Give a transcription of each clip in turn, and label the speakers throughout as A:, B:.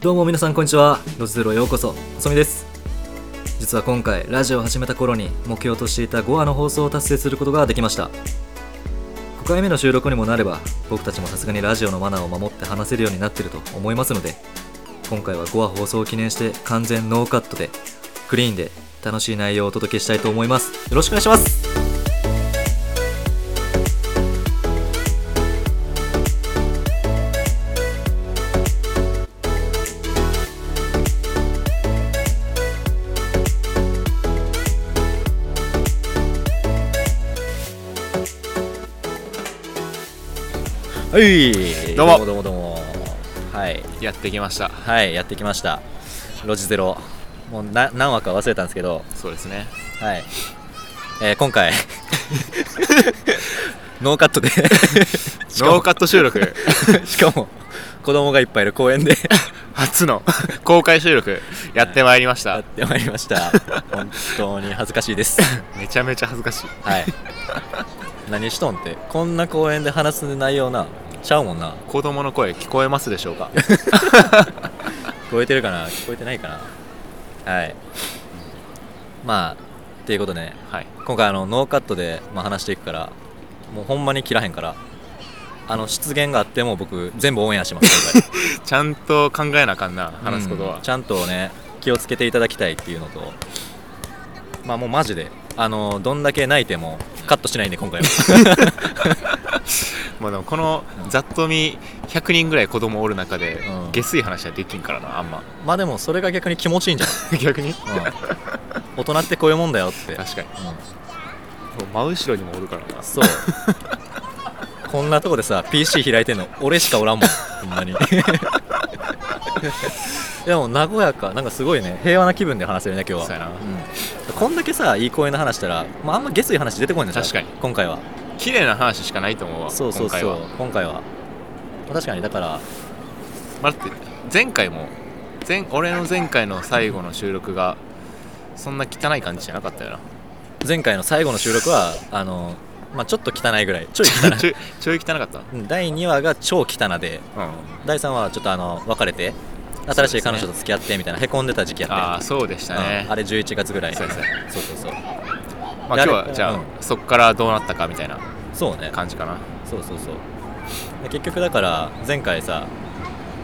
A: どうも皆さんこんにちはドズゼロへようこそ細見です実は今回ラジオを始めた頃に目標としていた5話の放送を達成することができました5回目の収録にもなれば僕たちもさすがにラジオのマナーを守って話せるようになってると思いますので今回は5話放送を記念して完全ノーカットでクリーンで楽しい内容をお届けしたいと思いますよろしくお願いしますはい
B: どうも
A: どうもどうもはい
B: やってきました
A: はいやってきましたロジゼロもうな何話か忘れたんですけど
B: そうですね
A: はい、えー今回 ノーカットで しか
B: ノー
A: も
B: カット収録
A: しかも子供がいっぱいいる公園で
B: 初の公開収録やってまいりまし
A: や
B: た
A: ってまいりました本当に恥ずかしい です
B: めちゃめちゃ恥ずかしい
A: はい何しとんってこんな公園で話す内容なちゃうもんな
B: 子供の声聞こえますでしょうか
A: 聞こえてるかな聞こえてないかなはいまあっていうことでね
B: はい
A: 今回あのノーカットで、まあ、話していくからもうほんまに切らへんからあの失言があっても僕全部オンエアします今回
B: ちゃんと考えなあかんな話すこと
A: う
B: は
A: ん、ちゃんとね気をつけていただきたいっていうのとまあもうマジであのどんだけ泣いてもカットしないんで今 回は
B: まあでもこのざっと見100人ぐらい子供おる中で、
A: うん
B: 下水話はできんからなあんま
A: まあでもそれが逆に気持ちいいんじゃ
B: 逆に
A: ない、うん、大人ってこういうもんだよって、うん
B: 確かに真後ろにもおるからな
A: そうこんなとこでさ PC 開いてんの俺しかおらんもんほんま にでも和やかなんかすごいね平和な気分で話せるね今日は
B: そうやな
A: うんこんだけさいい公園の話したら、まあ、あんま下水話出てこないんだ
B: 確かに
A: 今回は
B: 綺麗な話しかないと思うわ
A: そうそうそう
B: 今回
A: 今回は
B: は、
A: 確かにだから
B: まあ、だって前回も前俺の前回の最後の収録がそんな汚い感じじゃなかったよな
A: 前回の最後の収録はあの、まあ、ちょっと汚いぐらいちょい汚い
B: ちょいちょい汚かった
A: うん第2話が超汚で
B: うん
A: 第3話はちょっとあの別れて新しい彼女と付き合ってみたいなへこんでた時期やったよ
B: ああそうでしたね
A: うんあれ11月ぐらい
B: そうですね
A: そうそうそう
B: ま
A: で
B: あ、今日
A: あれ
B: はじゃあ、
A: うん
B: そっからどうなったかみたいな
A: そうね
B: 感じかな
A: そうそうそうで結局だから前回さ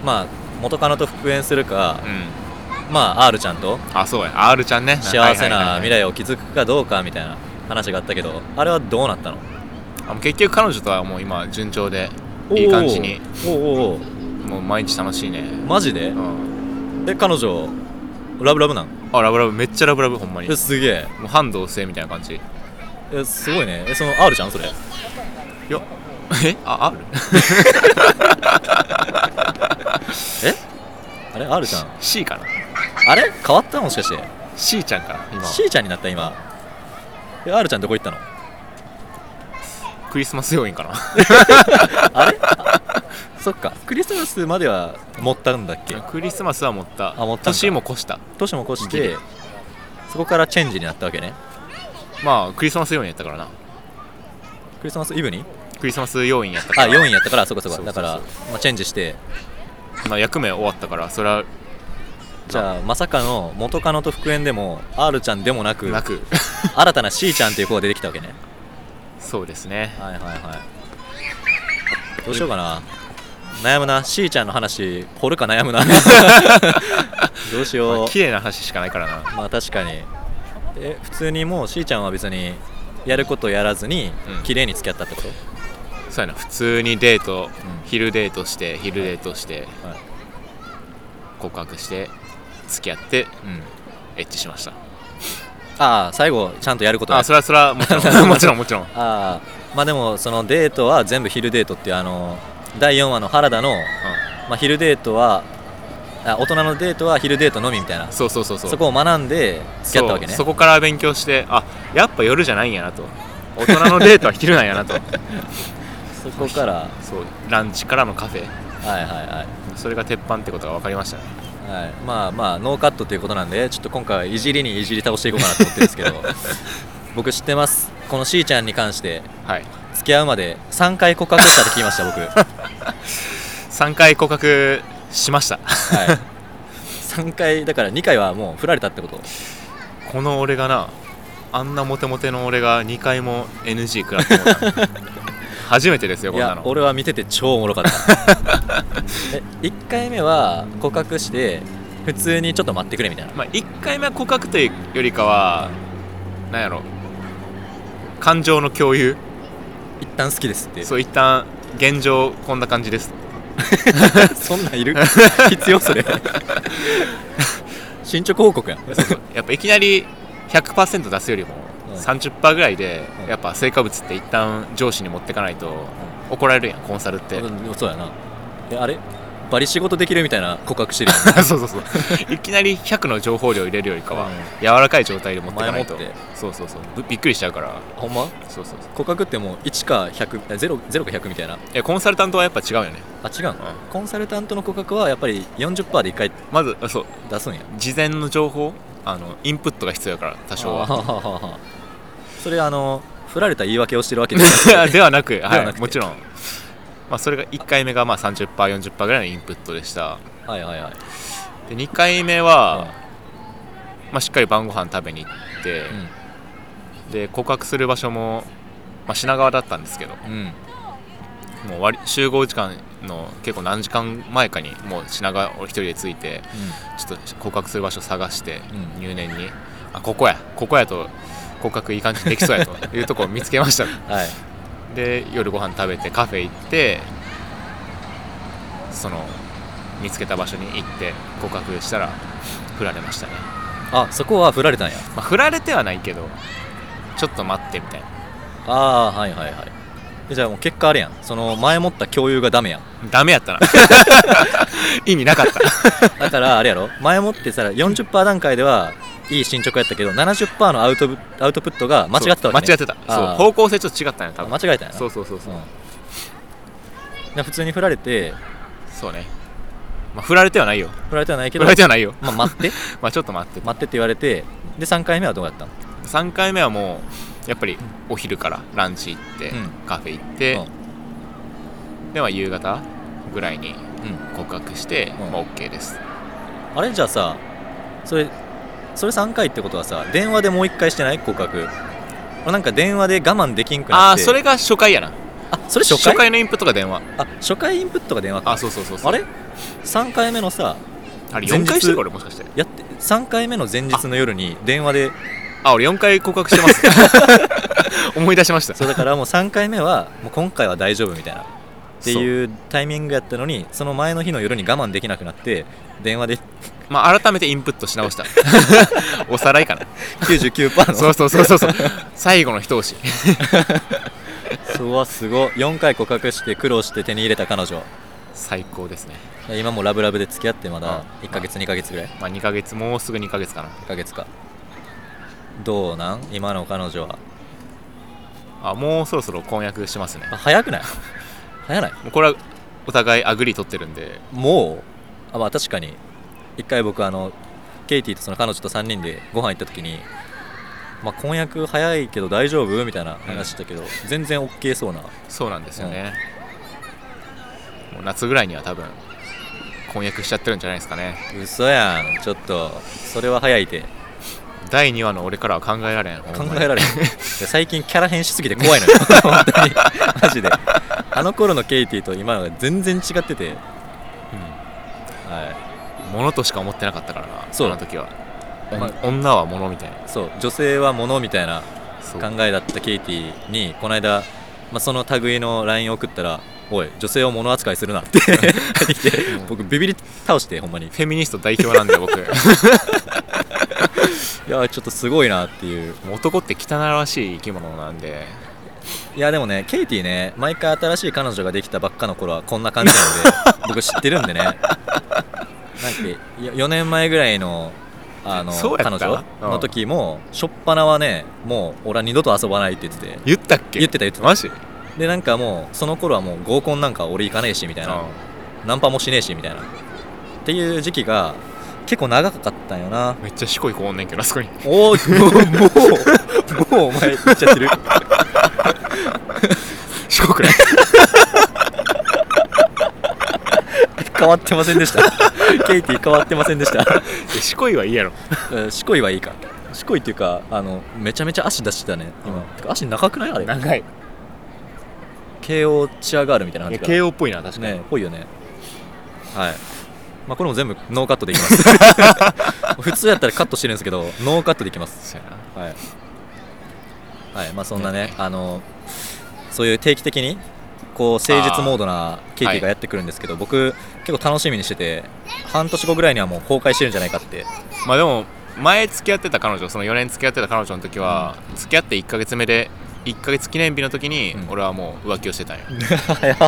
A: まあ元カノと復縁するか
B: う、ん
A: まあ R ちゃんと
B: あそうや R ちゃんね
A: 幸せな未
B: 来
A: 来を築くかどうかみたいな話があったけどあれはどうなったの
B: あもう結局彼女とはもう今順調でいい感じに
A: おーおーお
B: もう毎日楽しいね
A: ーマジで
B: うん
A: え彼女ラブラブなん
B: あラブラブめっちゃラブラブほんまにも
A: えすげえ
B: う半同性みたいな感じい
A: えすごいねえその R ちゃんそれ
B: やえあ R?
A: えあれ R ちゃん
B: C かな
A: あれ変わったもしかして
B: C ちゃんかな今
A: C ちゃんになった今え R ちゃんどこ行ったの
B: クリスマス要員かな
A: あれあそっかクリスマスまでは持ったんだっけ
B: クリスマスは持った
A: あ持ったんか
B: 年も越した
A: 年も越してそこからチェンジになったわけね
B: まあクリスマス要員やったからな
A: クリスマスイブに
B: クリスマス要員やったか
A: あ
B: ら
A: 4位やったからそこそこ
B: そう
A: だ
B: そうそ
A: か
B: う
A: ら、まあ、チェンジして
B: まあ、役目終わったからそれは
A: じゃあまさかの元カノと復縁でも R ちゃんでもなく
B: なく
A: 新たな C ちゃんっていう子が出てきたわけね
B: そうですね
A: はいはいはいどうしようかな悩むな C ちゃんの話掘るか悩む などうし
B: ま
A: よ
B: あ
A: う
B: 綺麗な話しかないからな
A: まあ確かにえ普通にもう C ちゃんは別にやることやらずに
B: うん
A: 綺麗に付き合ったってこと、
B: そうやな普通にデート、
A: うん
B: 昼デートして昼デートして
A: はい
B: 告白して付き合って
A: うん、
B: エッチしました
A: ああ最後ちゃんとやることね
B: あそれはそれはもちろん もちろんもちろん
A: ああまあでもそのデートは全部昼デートっていうあの第4話の原田の、まあ、昼デートはあ大人のデートは昼デートのみみたいなそ
B: そうそうそうそう
A: こを学んで付き合ったわけね
B: そうそこから勉強してあやっぱ夜じゃないんやなと大人のデートは昼なん やなと
A: そこからは
B: そうランチからのカフェ
A: いはいは
B: それが鉄板ってことが分かりましたね
A: い、はい、まあまあノーカットということなんでちょっと今回はいじりにいじり倒していこうかなと思ってるんですけど 僕知ってますこのしーちゃんに関して
B: はい
A: 付き合うまで3回告白したって聞きました僕はい
B: 3回告白しました、
A: 3回だから2回はもう振られたってこと
B: この俺がなあんなモテモテの俺が2回も NG 食らってもらった 初めてですよ
A: い
B: こんな
A: や
B: の
A: 俺は見てて超おもろかったえ1回目は告白して普通にちょっと待ってくれみたいな
B: まあ、1回目は告白というよりかはなんやろ感情の共有
A: 一旦好きですって
B: そう一旦現状こんな感じです
A: そんなんいる必要 それ進捗報告やん
B: やっぱいきなり100%出すよりも
A: うん
B: 30%ぐらいで
A: うん
B: やっぱ成果物って一旦上司に持ってかないと怒られるやんコンサルって
A: うんそうやなえあれバリ仕事できるみたいな告白してる
B: そうそうそういきなり100の情報量入れるよりかは
A: うん
B: 柔らかい状態で持ってかないと
A: 前もって
B: そうそうそうぶびっくりしちゃうから
A: やん ほんま
B: そうそうそう
A: 告白ってもう1か100えゼロゼロか100みたいない
B: やコンサルタントはやっぱ違うよね
A: あ違うの、コンサルタントの告白はやっぱり40%で1回
B: まずあそう
A: 出すんや
B: 事前の情報あのインプットが必要やから多少は
A: あはははそれあの振られた言い訳をしてるわけです
B: ではなく、
A: で
B: は
A: はいなくて
B: もちろん、まあ、それが1回目がまあ 30%40% ぐらいのインプットでした
A: はいはいはい
B: で2回目は、まあ、しっかり晩ご飯食べに行って、で告白する場所も、まあ、品川だったんですけど
A: うん、うん、
B: もう割り集合時間の結構何時間前かにもう品川を一人で着いてちょっと告白する場所探して、
A: うん
B: 入念にあここやここやと告白いい感じにできそうやというところを見つけま した
A: はい
B: で夜ご飯食べてカフェ行ってその見つけた場所に行って告白したら振られましたね、
A: あそこは振られたんや
B: まあ、振られてはないけどちょっと待ってみたいな
A: ああーはいはいはいえじゃあもう結果あれやんその前もった共有がダメやん
B: ダメ やったな意味なかった
A: だからあれやろ前もってさ40%段階ではいい進捗やったけど70%のアウトプアウトプットが 間違ってたわけ、ね、
B: 間違ってたそう
A: あー
B: 方向性ちょっと違ったね多
A: あ
B: 分
A: 間違えたんやな
B: そうそうそうそう、
A: うんで普通に振られて
B: そうね、まあ、振られてはないよ
A: 振られてはないけど
B: 振られてはないよ
A: まあ、待って
B: まあちょっと待って
A: 待ってって言われてで3回目はどうやったの
B: 3回目はもうやっぱりお昼からランチ行って、
A: うん
B: カフェ行って、では夕方ぐらいに
A: うんうん、
B: 告白して、
A: うん
B: まあ、OK です
A: あれじゃあさそれそれ3回ってことはさ電話でもう1回してない告白俺なんか電話で我慢できんくな
B: あ
A: っ
B: あ
A: て
B: それが初回やな
A: あそれ初回
B: のインプットが電話
A: あ初回インプットが電話か
B: あそうそうそうそう
A: あれ3回目のさ
B: あれ
A: 前日
B: 4回してるか俺もしかして
A: やって3回目の前日の夜に電話で
B: あ俺4回告白してます 思い出しました
A: そうだからもう3回目はもう今回は大丈夫みたいなって
B: そう
A: いうタイミングやったのにその前の日の夜に我慢できなくなって電話で
B: まあ改めてインプットし直 したおさらいかな
A: 99%の
B: そうそうそうそうそう最後の一押し
A: そうわすごい4回告白して苦労して手に入れた彼女
B: 最高ですね、
A: 今もラブラブで付き合ってまだ
B: うん
A: 1ヶ月2ヶ月ぐらい
B: まあ、2ヶ月もうすぐ2ヶ月かな
A: 1ヶ月かどうなん今の彼女は
B: あもうそろそろ婚約しますね
A: あ早くない早ない
B: もうこれはお互いアグリ取ってるんで
A: もうあまあ確かに1回僕あのケイティとその彼女と3人でご飯行った時にまあ婚約早いけど大丈夫みたいな話したけど、全然 OK そうな
B: そうなんですよね、もう夏ぐらいには多分婚約しちゃってるんじゃないですかね
A: 嘘やんちょっとそれは早いて
B: 第2話の俺からは考えられん
A: 考
B: ほんまに
A: えられへんいや最近キャラ変しすぎて怖いのよ本当にマジであの頃のケイティと今のが全然違ってて、は
B: ものとしか思ってなかったからな
A: そう
B: あの時は、
A: まあ、
B: 女はものみたいない
A: そう女性は物みたいな
B: そう
A: 考えだったケイティにこの間、まあ、その類の LINE 送ったら「おい女性を物扱いするな」って 返ってきて
B: ん
A: 僕ビビり倒してほんまにい
B: フェミニスト代表なんで僕 も
A: やーちょっとすごいなっていう
B: う男って汚らしい生き物なんで
A: いやでもねケイティね毎回新しい彼女ができたばっかの頃はこんな感じな ので僕知ってるんでねなんか4年前ぐらいのあの
B: そうやった
A: 彼女
B: うん
A: の時も初っ端はねもう俺は二度と遊ばないって言ってて
B: 言ったっけ
A: 言ってた言ってた
B: マジ、うん、
A: でなんかもうその頃はもう合コンなんか俺行かねえしみたいなナンパもしねえしみたいなっていう時期が結構長かったんよな
B: めっちゃしこい子おんねんけどあそこに
A: おおもうもうお前言っちゃって る
B: し こくない
A: 変わってませんでしたケイティ変わってませんでした
B: でしこいはいいやろ
A: うんしこいはいいかしこいっていうかあのめちゃめちゃ足出してたね今、
B: うん
A: てか足長くないあれ
B: 長いい
A: KO チアガールみたいな感
B: や
A: じかな
B: KO っぽいな確かに、
A: ねぽいよねはいまあこれも全部ノーカットでいきます 普通やったらカットしてるんですけどノーカットでいきます
B: そうやな
A: はい、はい、まあそんなねあのそういう定期的にこう誠実モードなケーキがやってくるんですけど、僕結構楽しみにしてて半年後ぐらいにはもう公開してるんじゃないか って
B: まあでも前付き合ってた彼女その4年付き合ってた彼女の時は、付き合って1か月目で1か月記念日の時に
A: うん
B: 俺はもう浮気をしてたんよ、
A: 早っ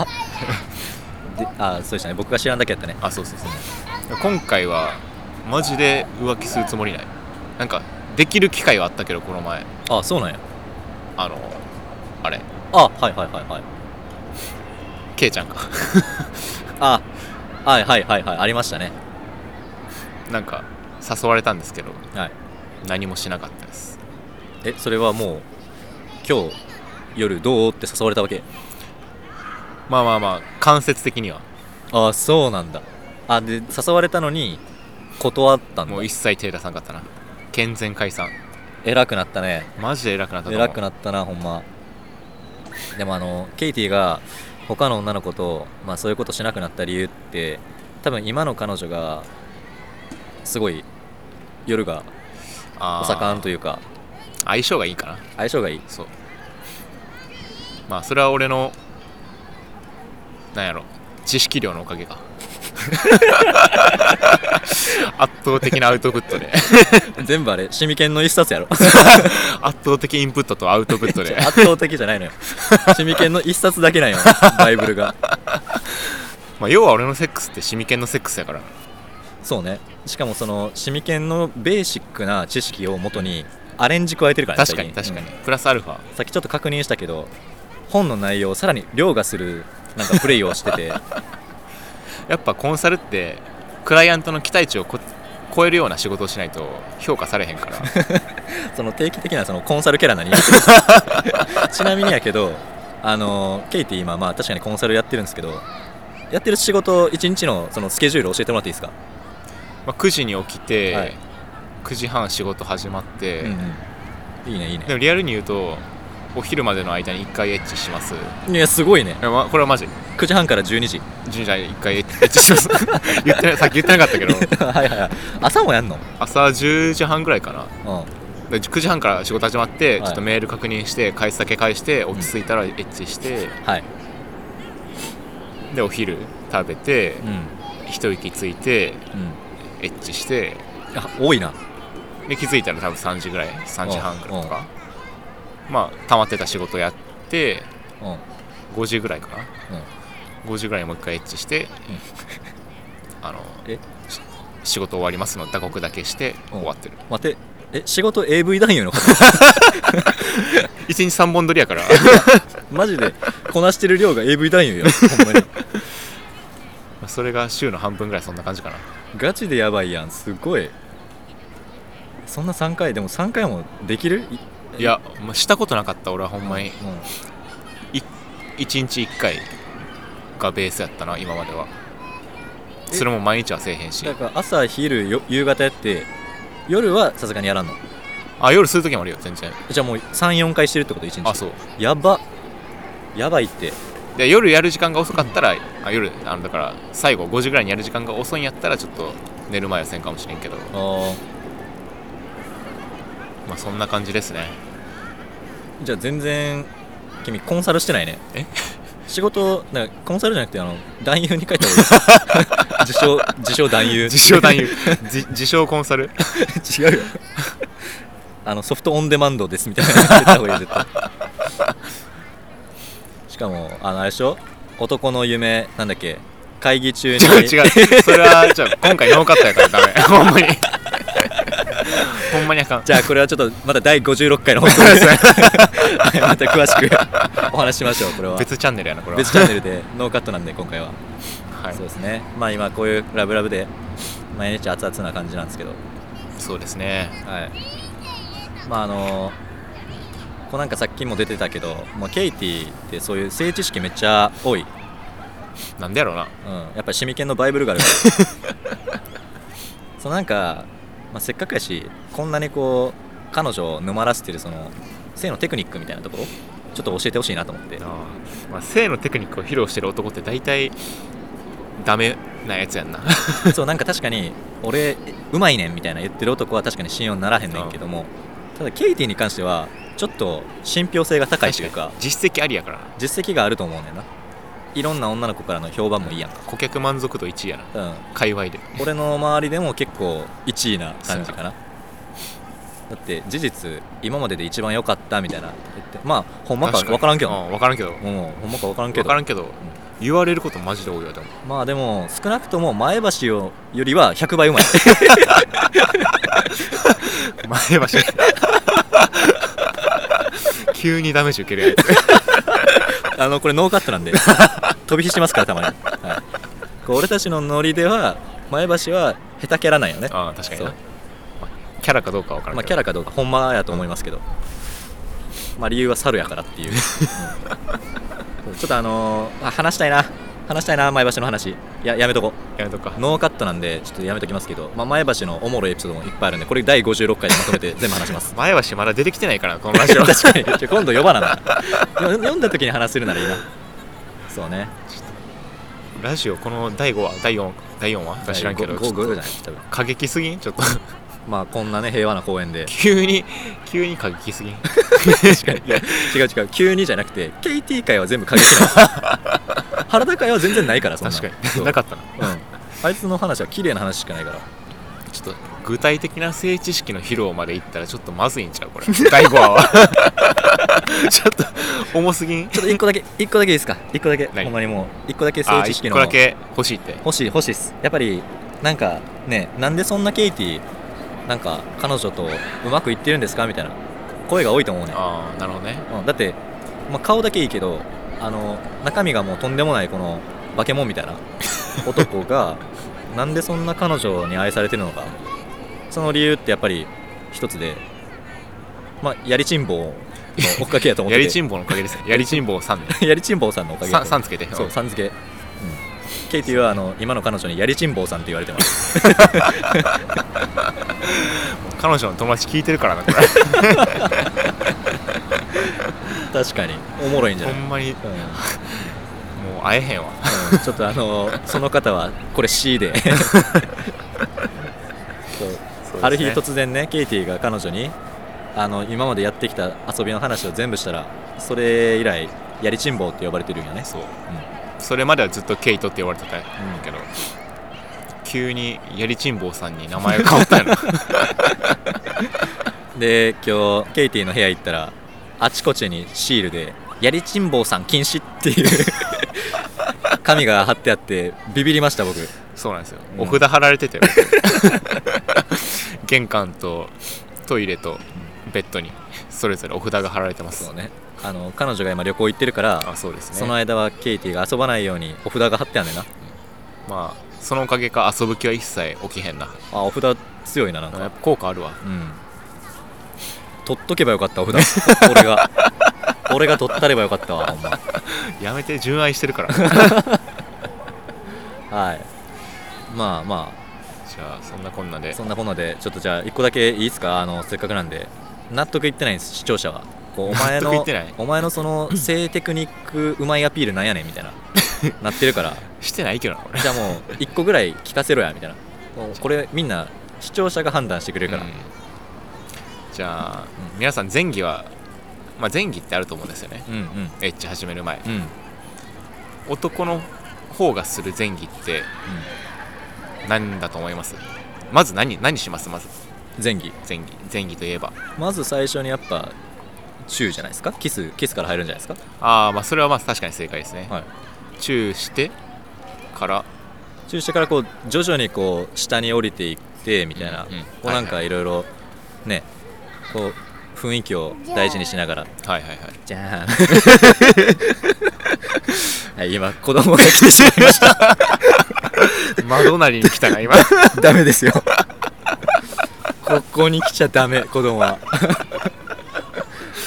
A: であそうでしたね僕が知らんだけやったね
B: あそうそうそう今回はマジで浮気するつもりないなんかできる機会はあったけどこの前
A: あそうなんや
B: あのあれ
A: あはいはいはいはい
B: ケイちゃんか
A: あはいはいはいはいありましたね
B: なんか誘われたんですけど
A: はい
B: 何もしなかったです
A: えそれはもう今日夜どうって誘われたわけ
B: まあまあまあ間接的には
A: あそうなんだあで誘われたのに断ったんだ
B: もう一切手出さんかったな健全解散
A: 偉くなったね
B: マジで偉くなったと思う
A: 偉くなったなほんまでもあのケイティが他の女の子と、まあ、そういうことしなくなった理由って多分今の彼女がすごい夜が
B: あー
A: お盛んというか
B: 相性がいいかな
A: 相性が いい
B: そうまあそれは俺のなんやろ知識量のおかげか 圧倒的なアウトプットで
A: 全部あれシミケンの一冊やろ
B: 圧倒的インプットとアウトプットで
A: 圧倒 的じゃない のよシミケンの一冊だけなんよバイブルが
B: まあ要は俺のセックスってシミケンのセックスやから
A: そうねしかもそのシミケンのベーシックな知識を元にアレンジ加えてるからね
B: 確かに
A: 最
B: 確
A: 近
B: かに、
A: うん
B: プラスアルファ
A: さっきちょっと確認したけど本の内容をさらに凌駕するなんかプレイをして て
B: やっぱコンサルってクライアントの期待値をこ超えるような仕事をしないと評価されへ んから
A: その定期的なそのコンサルキャラ何 ちなみにやけどあのケイティ今まあ確かにコンサルやってるんですけどやってる仕事1日のそのスケジュール教えてもらっていいですか、
B: まあ9時に起きて、
A: はい
B: 9時半仕事始まって、
A: うんうん、いいねいいね
B: でもリアルに言うとお昼までの間に1回エッチしますい
A: いやすごいね
B: やまこれはマジ
A: 9時半から12時
B: 神社1回エッチし ます言ってないさっき言ってなかったけど
A: はいはいはい朝もやんの
B: 朝10時半ぐらいかな
A: うん
B: で9時半から仕事始まって、
A: はい
B: ちょっとメール確認して返すだけ返して落ち着いたらエッチして、
A: はい
B: でお昼食べて、
A: うん
B: 一息ついて
A: うん
B: エッチして
A: あ多いな
B: で気づいたら多分3時ぐらい3時半ぐらいとかまあ溜まってた仕事やって
A: うんうん
B: 5時ぐらいかな5時ぐらいにもう一回エッチして、あの
A: え
B: し仕事終わりますの打刻だけして
A: うん
B: 終わってる
A: 待ってえ仕事 AV 男優の方
B: 一日3本撮りやから
A: マジでこなしてる量が AV 男優よほんまに
B: それが週の半分ぐらいそんな感じかな
A: ガチでやばいやんすごいそんな3回でも3回もできる
B: いや、まあ、したことなかった俺はほんまに
A: うん
B: 1日1回がベースやったな今まではそれも毎日はせえへんし
A: だから朝昼よ夕方やって夜はさすがにやらんの
B: あ夜する時もあるよ全然
A: じゃあもう34回してるってこと1日
B: あそう
A: やばやばいって
B: で夜やる時間が遅かったらあ夜あのだから最後5時ぐらいにやる時間が遅いんやったらちょっと寝る前はせんかもしれんけど
A: あー
B: まあそんな感じです ね
A: じゃあ全然君コンサルしてないね
B: え
A: 仕事なんかコンサルじゃなくてあの男優に書いた方がい い自称自称男優
B: 自称男優自自称コンサル
A: 違うよあのソフトオンデマンドですみたいな言った方がいい絶対 しかもあのあれでしょ男の夢なんだっけ会議 中に
B: 違う違うそれはじゃあ今回ノーカットやから ダメほんまにほんまにあかん
A: じゃあこれはちょっとまた第56回の放送です はいまた詳しくお話ししましょうこれは
B: 別チャンネルやなこれは
A: 別チャンネルでノーカットなんで今回は、
B: はい
A: そうですねまあ今こういうラブラブで毎日熱々な感じなんですけど
B: そうですね
A: はい、まああのこうなんかさっきも出てたけど、まあ、ケイティってそういう性知識めっちゃ多い、うん、
B: なんでやろうな
A: やっぱりシミケンのバイブルがあるからそうなんか、まあ、せっかくやしこんなにこう彼女を沼らせてるその性のテクニックみたいなところちょっと教えてほしいなと思って
B: あーまあ、性のテクニックを披露してる男って大体ダメなやつやんな
A: そうなんか確かに俺うまいねんみたいな言ってる男は確かに信用にならへんねんけどもただケイティに関してはちょっと信憑性が高いというか
B: 実績ありやからな
A: 実績があると思うねんないろんな女の子からの評判もいいやんか、
B: 顧客満足度1位やな
A: うん、
B: 界隈で
A: 俺の周りでも結構1位な感じかなだって事実今までで一番良かったみたいな言ってまあほんまか
B: 確に
A: 分からんけどな
B: うん分からんけど
A: もうほんまか分からんけ
B: 分
A: ど
B: からんけど言われることマジで多いわ でも
A: まあでも少なくとも前橋をよりは100倍うまい
B: 前橋急にダメージ受けるやつ
A: あのこれノーカットなんで飛び火しますからたまに、はい、こう俺たちのノリでは前橋は下手キャラなんよね
B: ああ確かにな、
A: そう
B: まあキャラかどうかは分からん
A: まあ、
B: け
A: キ
B: ど、
A: ャラかどうかほんまやと思いますけど、まあ、理由は猿やからっていう、うん ちょっとあのーあ話したいな話したいな前橋の話いややめとこ
B: やめとくか
A: ノーカットなんでちょっとやめときますけど、まあ、前橋のおもろいエピソードもいっぱいあるんでこれ第56回でまとめて全部話します
B: 前橋まだ出てきてないからなこのラジオ
A: 確かにちょ今度呼ばななよ読んだ時に話せるならいいなそうね
B: ラジオこの第5話第4第4話知らんけど
A: 5
B: ちょっと
A: じゃない多分
B: 過激すぎんちょっと
A: まあこんなね平和な公 園で
B: 急に急に過激すぎん
A: 違う違う急にじゃなくて KT 会は全部過激 なんです原田会は全然ないからそんな
B: 確か
A: そう
B: になかったな
A: うん、あいつの話は綺麗な話しかないから
B: ちょっと具体的な性知識の披露までいったらちょっとまずいんちゃう これ第5話はちょっと重すぎん
A: ちょっと1個だけ1個だけいいですか1個だけ
B: 何
A: ほんまにもう1個だけ
B: あ
A: 政治
B: 一
A: 式
B: 1
A: の
B: 個だけ欲しいって
A: 欲しい欲しいっすやっぱりなんかねなんでそんなケイティなんか彼女とうまくいってるんですかみたいな声が多いと思うね、
B: ああなるほどね
A: うん、だって、まあ、顔だけいいけどあの中身がもうとんでもないこの化け物みた いな男がなんでそんな彼女に愛されてるのかその理由ってやっぱり一つでまあやりちんぼうの追っかけやと思っ
B: や
A: てて
B: りちんぼのおかげですねやりちんぼ3年
A: やりちんぼうさんのおかげだと
B: さ
A: 思
B: さんつけて
A: うそうさん付け、うん、ケイティはあの今の彼女にやりちんぼうさんって言われてます
B: 彼女の友達聞いてるからなこ
A: 確かにおもろいんじ
B: れ
A: ゃな
B: ほ
A: い、うん
B: んまに
A: うん
B: もう会えへんわ
A: ちょっとあ のその方はこれ C でそう
B: そうですね
A: ある日突然ねケイティが彼女にあの今までやってきた遊びの話を全部したらそれ以来やりちんぼうって呼ばれてるんよね
B: そうそれまではずっとケイトって言われてたんやけど、急にやりちんぼうさんに名前が変わったんや な
A: で今日ケイティの部屋行ったらあちこちにシールで「やりちんぼうさん禁止」って いう紙が貼ってあってビビりました僕
B: そうなんですよ、
A: うん
B: お札貼られてて玄関とトイレとベッドにそれぞれお札が貼られてます
A: そうねあの彼女が今旅行行ってるから
B: あそうですね
A: その間はケイティが遊ばないようにお札が貼ってあんねんな
B: まあそのおかげか遊ぶ気は一切起きへんな
A: あお札強いななん
B: や
A: か
B: っぱ効果あるわ
A: うん取っとけばよかったお札 俺が俺が取ったればよかったわほんま
B: やめて純愛してる からじ
A: はいまあま
B: ゃあそんなこんな
A: あ
B: で
A: そんなこんなでちょっとじゃあ一個だけいいですかあのせっかくなんで納得いってないんです視聴者はこうお前
B: 納得い
A: の
B: ってない
A: お前のそ の性テクニックうまいアピールなんやねんみたいななってるから
B: してないけどな俺
A: じゃあもう一個ぐらい聞かせろやみたいなもうこれみんな視聴者が判断してくれるから、
B: うんじゃあ、皆さん前戯は、まあ、前戯ってあると思うんですよね
A: うん、うん
B: エッチ始める前
A: うんうん
B: 男の方がする前戯って何だと思いますまず何何しますまず
A: 前儀
B: 前戯前戯といえば
A: まず最初にやっぱチューじゃないですかキスキスから入るんじゃないですか
B: ああまあそれはまあ確かに正解ですね、
A: はい
B: チューしてから
A: チューしてからこう徐々にこう下に降りていってみたいな、
B: うんうん
A: こうなんかいろいろねこう雰囲気を大事にしながら
B: はいはいはい
A: じゃ あはい今子供が来てしまいました
B: 窓なりに来たな今
A: ダメですよ ここに来ちゃダメ子供 は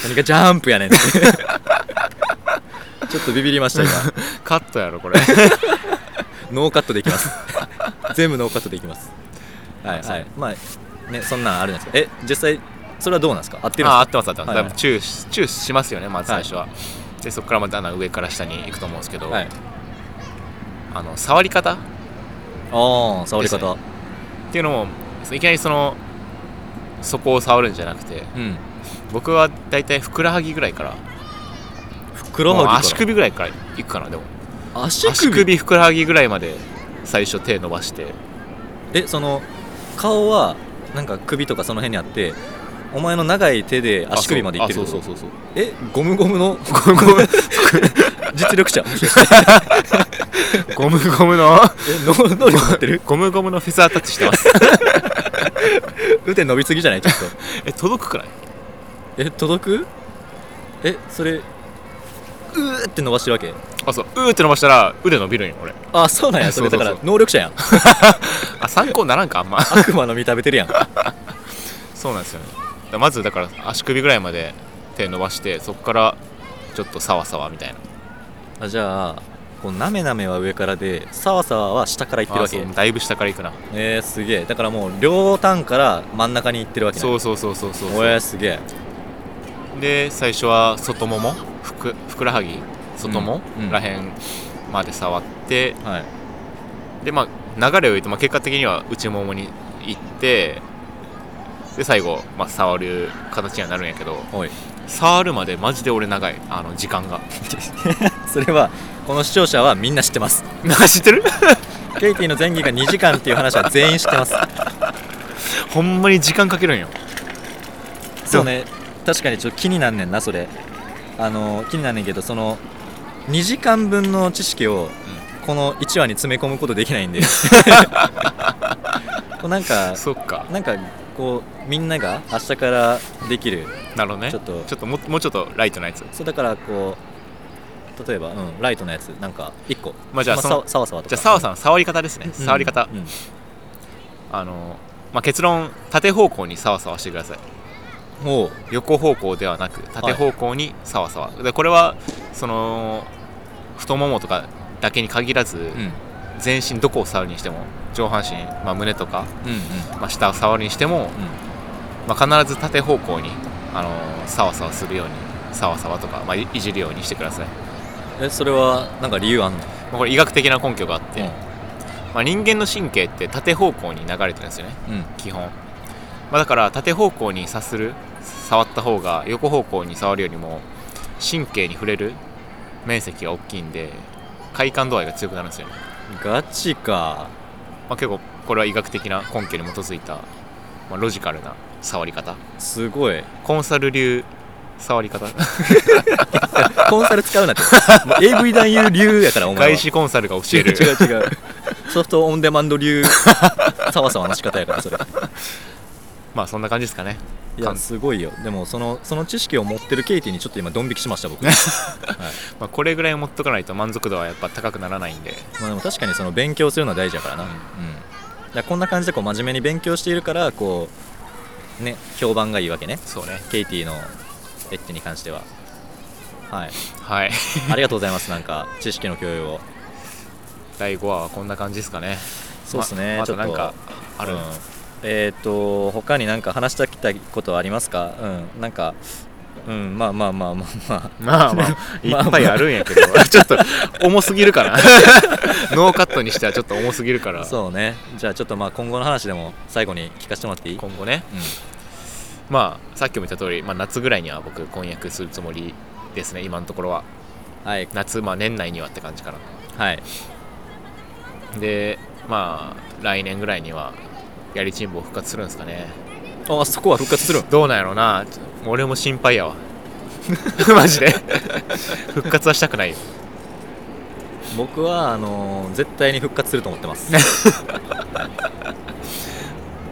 A: 何かジャンプやねんって ちょっとビビりました今
B: カッ トやろこれ
A: ノーカットでいきます全部ノーカットでいきますはい
C: そ
A: は
C: う
A: いまあねそんなんあるじゃないですかえ実際それはどうなんですか合ってるんです
B: あ
A: か
B: 合ってます合ってます、
A: はいはい
B: だいぶチューしチューしますよねまず最初は、でそこからまたあの上から下に行くと思うんですけど、
A: はい
B: あの触り方っ
A: ああ触り
B: です
A: 方、
B: ねていうのもいきなりそのそこを触るんじゃなくて
A: うん
B: 僕は大体ふくらはぎぐらいから
A: ふくらはぎ
B: もう
A: から
B: 足首ぐらいから行くかなでも
A: 足首
B: 足首ふくらはぎぐらいまで最初手伸ばして
A: えその顔はなんか首とかその辺にあってお前の長い手で足首までいってる
B: あそうあそうそうそう
A: えゴムゴムの
B: そうゴムゴム
A: 実力者
B: ゴムゴムの
A: えの能力持ってる
B: ゴムゴムのフェザータッチしてます
A: 腕伸びすぎじゃないちょっと
B: え届くくらい
A: え届くえそれうーって伸ばしてるわけ
B: あそううーって伸ばしたら腕伸びるんよ俺
A: あそうなんやそれ
B: そ
A: だ
B: うそう
A: か
B: そう
A: ら能力者やん
B: あ参考にならんかあんま
A: 悪魔の見た目てるやん
B: そうなんですよねだからまずだから足首ぐらいまで手伸ばしてそこからちょっとサワサワみたいな
A: あじゃあこうなめなめは上からでさわさわは下からいってる
B: あ
A: わ
B: そ
A: け
B: うだいぶ下から行くな
A: えー、すげえだからもう両端から真ん中にいってるわけね
B: そうそうそうそうそう
A: おえー、すげえ
B: で最初は外ももふくふくらはぎ外も
A: うんうん
B: らへんまで触って、
A: はい
B: でまあ流れを言うと、まあ、結果的には内ももに行ってで最後、まあ、触る形にはなるんやけど
A: おい
B: 触るまでマジで俺長いあの時間 が
A: それはこの視聴者はみんな知ってます
B: なんか知ってる
A: ケイティの前儀が2時間っていう話は全員知ってます
B: ほんまに時間かけるんよ
A: そうね確かにちょっと気になんねんなそれあの気になんねんけどその2時間分の知識をこの1話に詰め込むことできない んでこうなんか
B: そっか
A: なんかこうみんなが明日からできる
B: なるほどね
A: ちょっと
B: ちょっとももうちょっとライトなやつ
A: そうだからこう例えば、うん、ライトのやつなんか1個
B: まあじゃあそ
A: さ
B: の
A: わさわさわと
B: じ
A: か
B: ゃあ澤さん触り方ですね、
A: うん
B: 触り方、
A: うん
B: あの、まあ、結論縦方向にサワサワしてください
A: おう
B: 横方向ではなく縦方向にサワサワ、でこれはその太ももとかだけに限らず、
A: うんうん
B: 全身どこを触るにしても上半身、まあ、胸とか、
A: うん
B: まあ、下を触るにしても、まあ、必ず縦方向に、あのー、サワサワするようにサワサワとか、まあ、いいじるようにしてください、
A: うんえそれはなんか理由あんの
B: まあ、これ医学的な根拠があって、
A: うん
B: まあ、人間の神経って縦方向に流れてるんですよね
A: うん
B: 基本、まあ、だから縦方向にさする触った方が横方向に触るよりも神経に触れる面積が大きいんで快感度合いが強くなるんですよね、
A: ガチか
B: まあ、結構これは医学的な根拠に基づいた、まあ、ロジカルな触り方
A: すごい
B: コンサル流触り方
A: コンサル使うなってもう AV 男優流やから お前
B: 外
A: は
B: 資コンサルが教
A: 違
B: え
A: う 違
B: る
A: う違うソフトオンデマンド流さわさわの仕方やからそれ
B: まあそんな感じですかね
A: い
B: か
A: や
B: ん
A: すごいよでもそのその知識を持ってるケイティにちょっと今ドン引きしました 僕はい
B: まあ、これぐらい持っとかないと満足度はやっぱ高くならないんで
A: まあでも確かにその勉強するのは大事やからな、うんだからこんな感じでこう真面目に勉強しているからこうね評判がいいわけね
B: そうね
A: ケイティのエッチに関してははい
B: はい
A: ありがとうございますなんか知識の共有を
B: 第5話はこんな感じですかね
A: そうですね、
B: まま
A: ちょ
B: だ
A: っと
B: なんかある、
A: うんえっ、と他になんか話したきたいことはありますかうんなんかうんまあまあまあまあま
B: まあまあいっぱいあるんやけど ちょっと重すぎるから ノーカットにしてはちょっと重すぎるか
A: あ
B: ら
A: そうねじゃあちょっとまあ今後の話でも最後に聞かせてもらっていい、うん、
B: 今後ねまあさっきも言った通り、まあ、夏ぐらいには僕婚約するつもりですね今のところは
A: はい
B: 夏まあ年内にはって感じかな
A: はい
B: でまあ来年ぐらいにはやりチンボ復活するんですかね
A: あそこは復活するん
B: どうなんやろうなちょ俺も心配やわ マジで復活はしたくないよ
A: 僕はあのー絶対に復活すると思ってます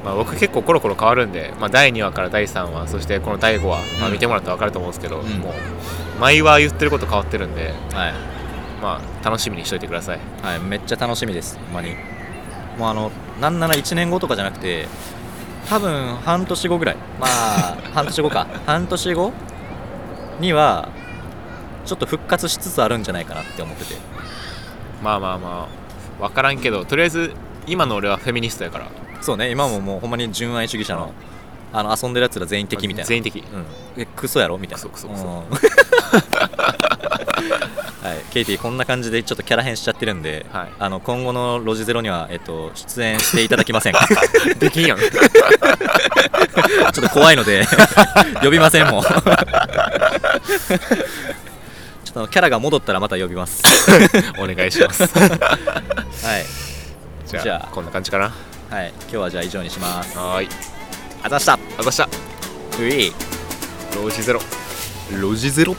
B: まあ、僕結構コロコロ変わるんで、まあ、第2話から第3話そしてこの第5話、まあ、
A: うん
B: 見てもらったら分かると思うんですけど、
A: うん
B: もう毎話言ってること変わってるんで、
A: はい、
B: まあ、楽しみにしといてください
A: はい、めっちゃ楽しみですほんまにもうあのなんなら1年後とかじゃなくて多分半年後ぐらいまあ 半年後か半年後にはちょっと復活しつつあるんじゃないかなって思ってて
B: まあまあまあ分からんけどとりあえず今の俺はフェミニストやから
A: そうね今ももうほんまに純愛主義者のあの遊んでるやつら全員敵みたいな
B: 全 員敵
A: うん、えクソやろみたいな
B: クソクソクソ
A: うん はい、ケイティこんな感じでちょっとキャラ変しちゃってるんで、
B: はい
A: あの今後の「ロジゼロ」には、えっと、出演していただきま せんち
B: できんやん
A: ょっと怖いので 呼びませんもんちょっとあのキャラが戻ったらまた呼びます
B: お願い します
A: はい、
B: じゃあ
A: じゃあ
B: こんな感じかな
A: はい、今日はじゃあ以上にします
B: はーい
A: あざした
B: あざした
A: うい
B: ロージゼロ
A: ロジゼロ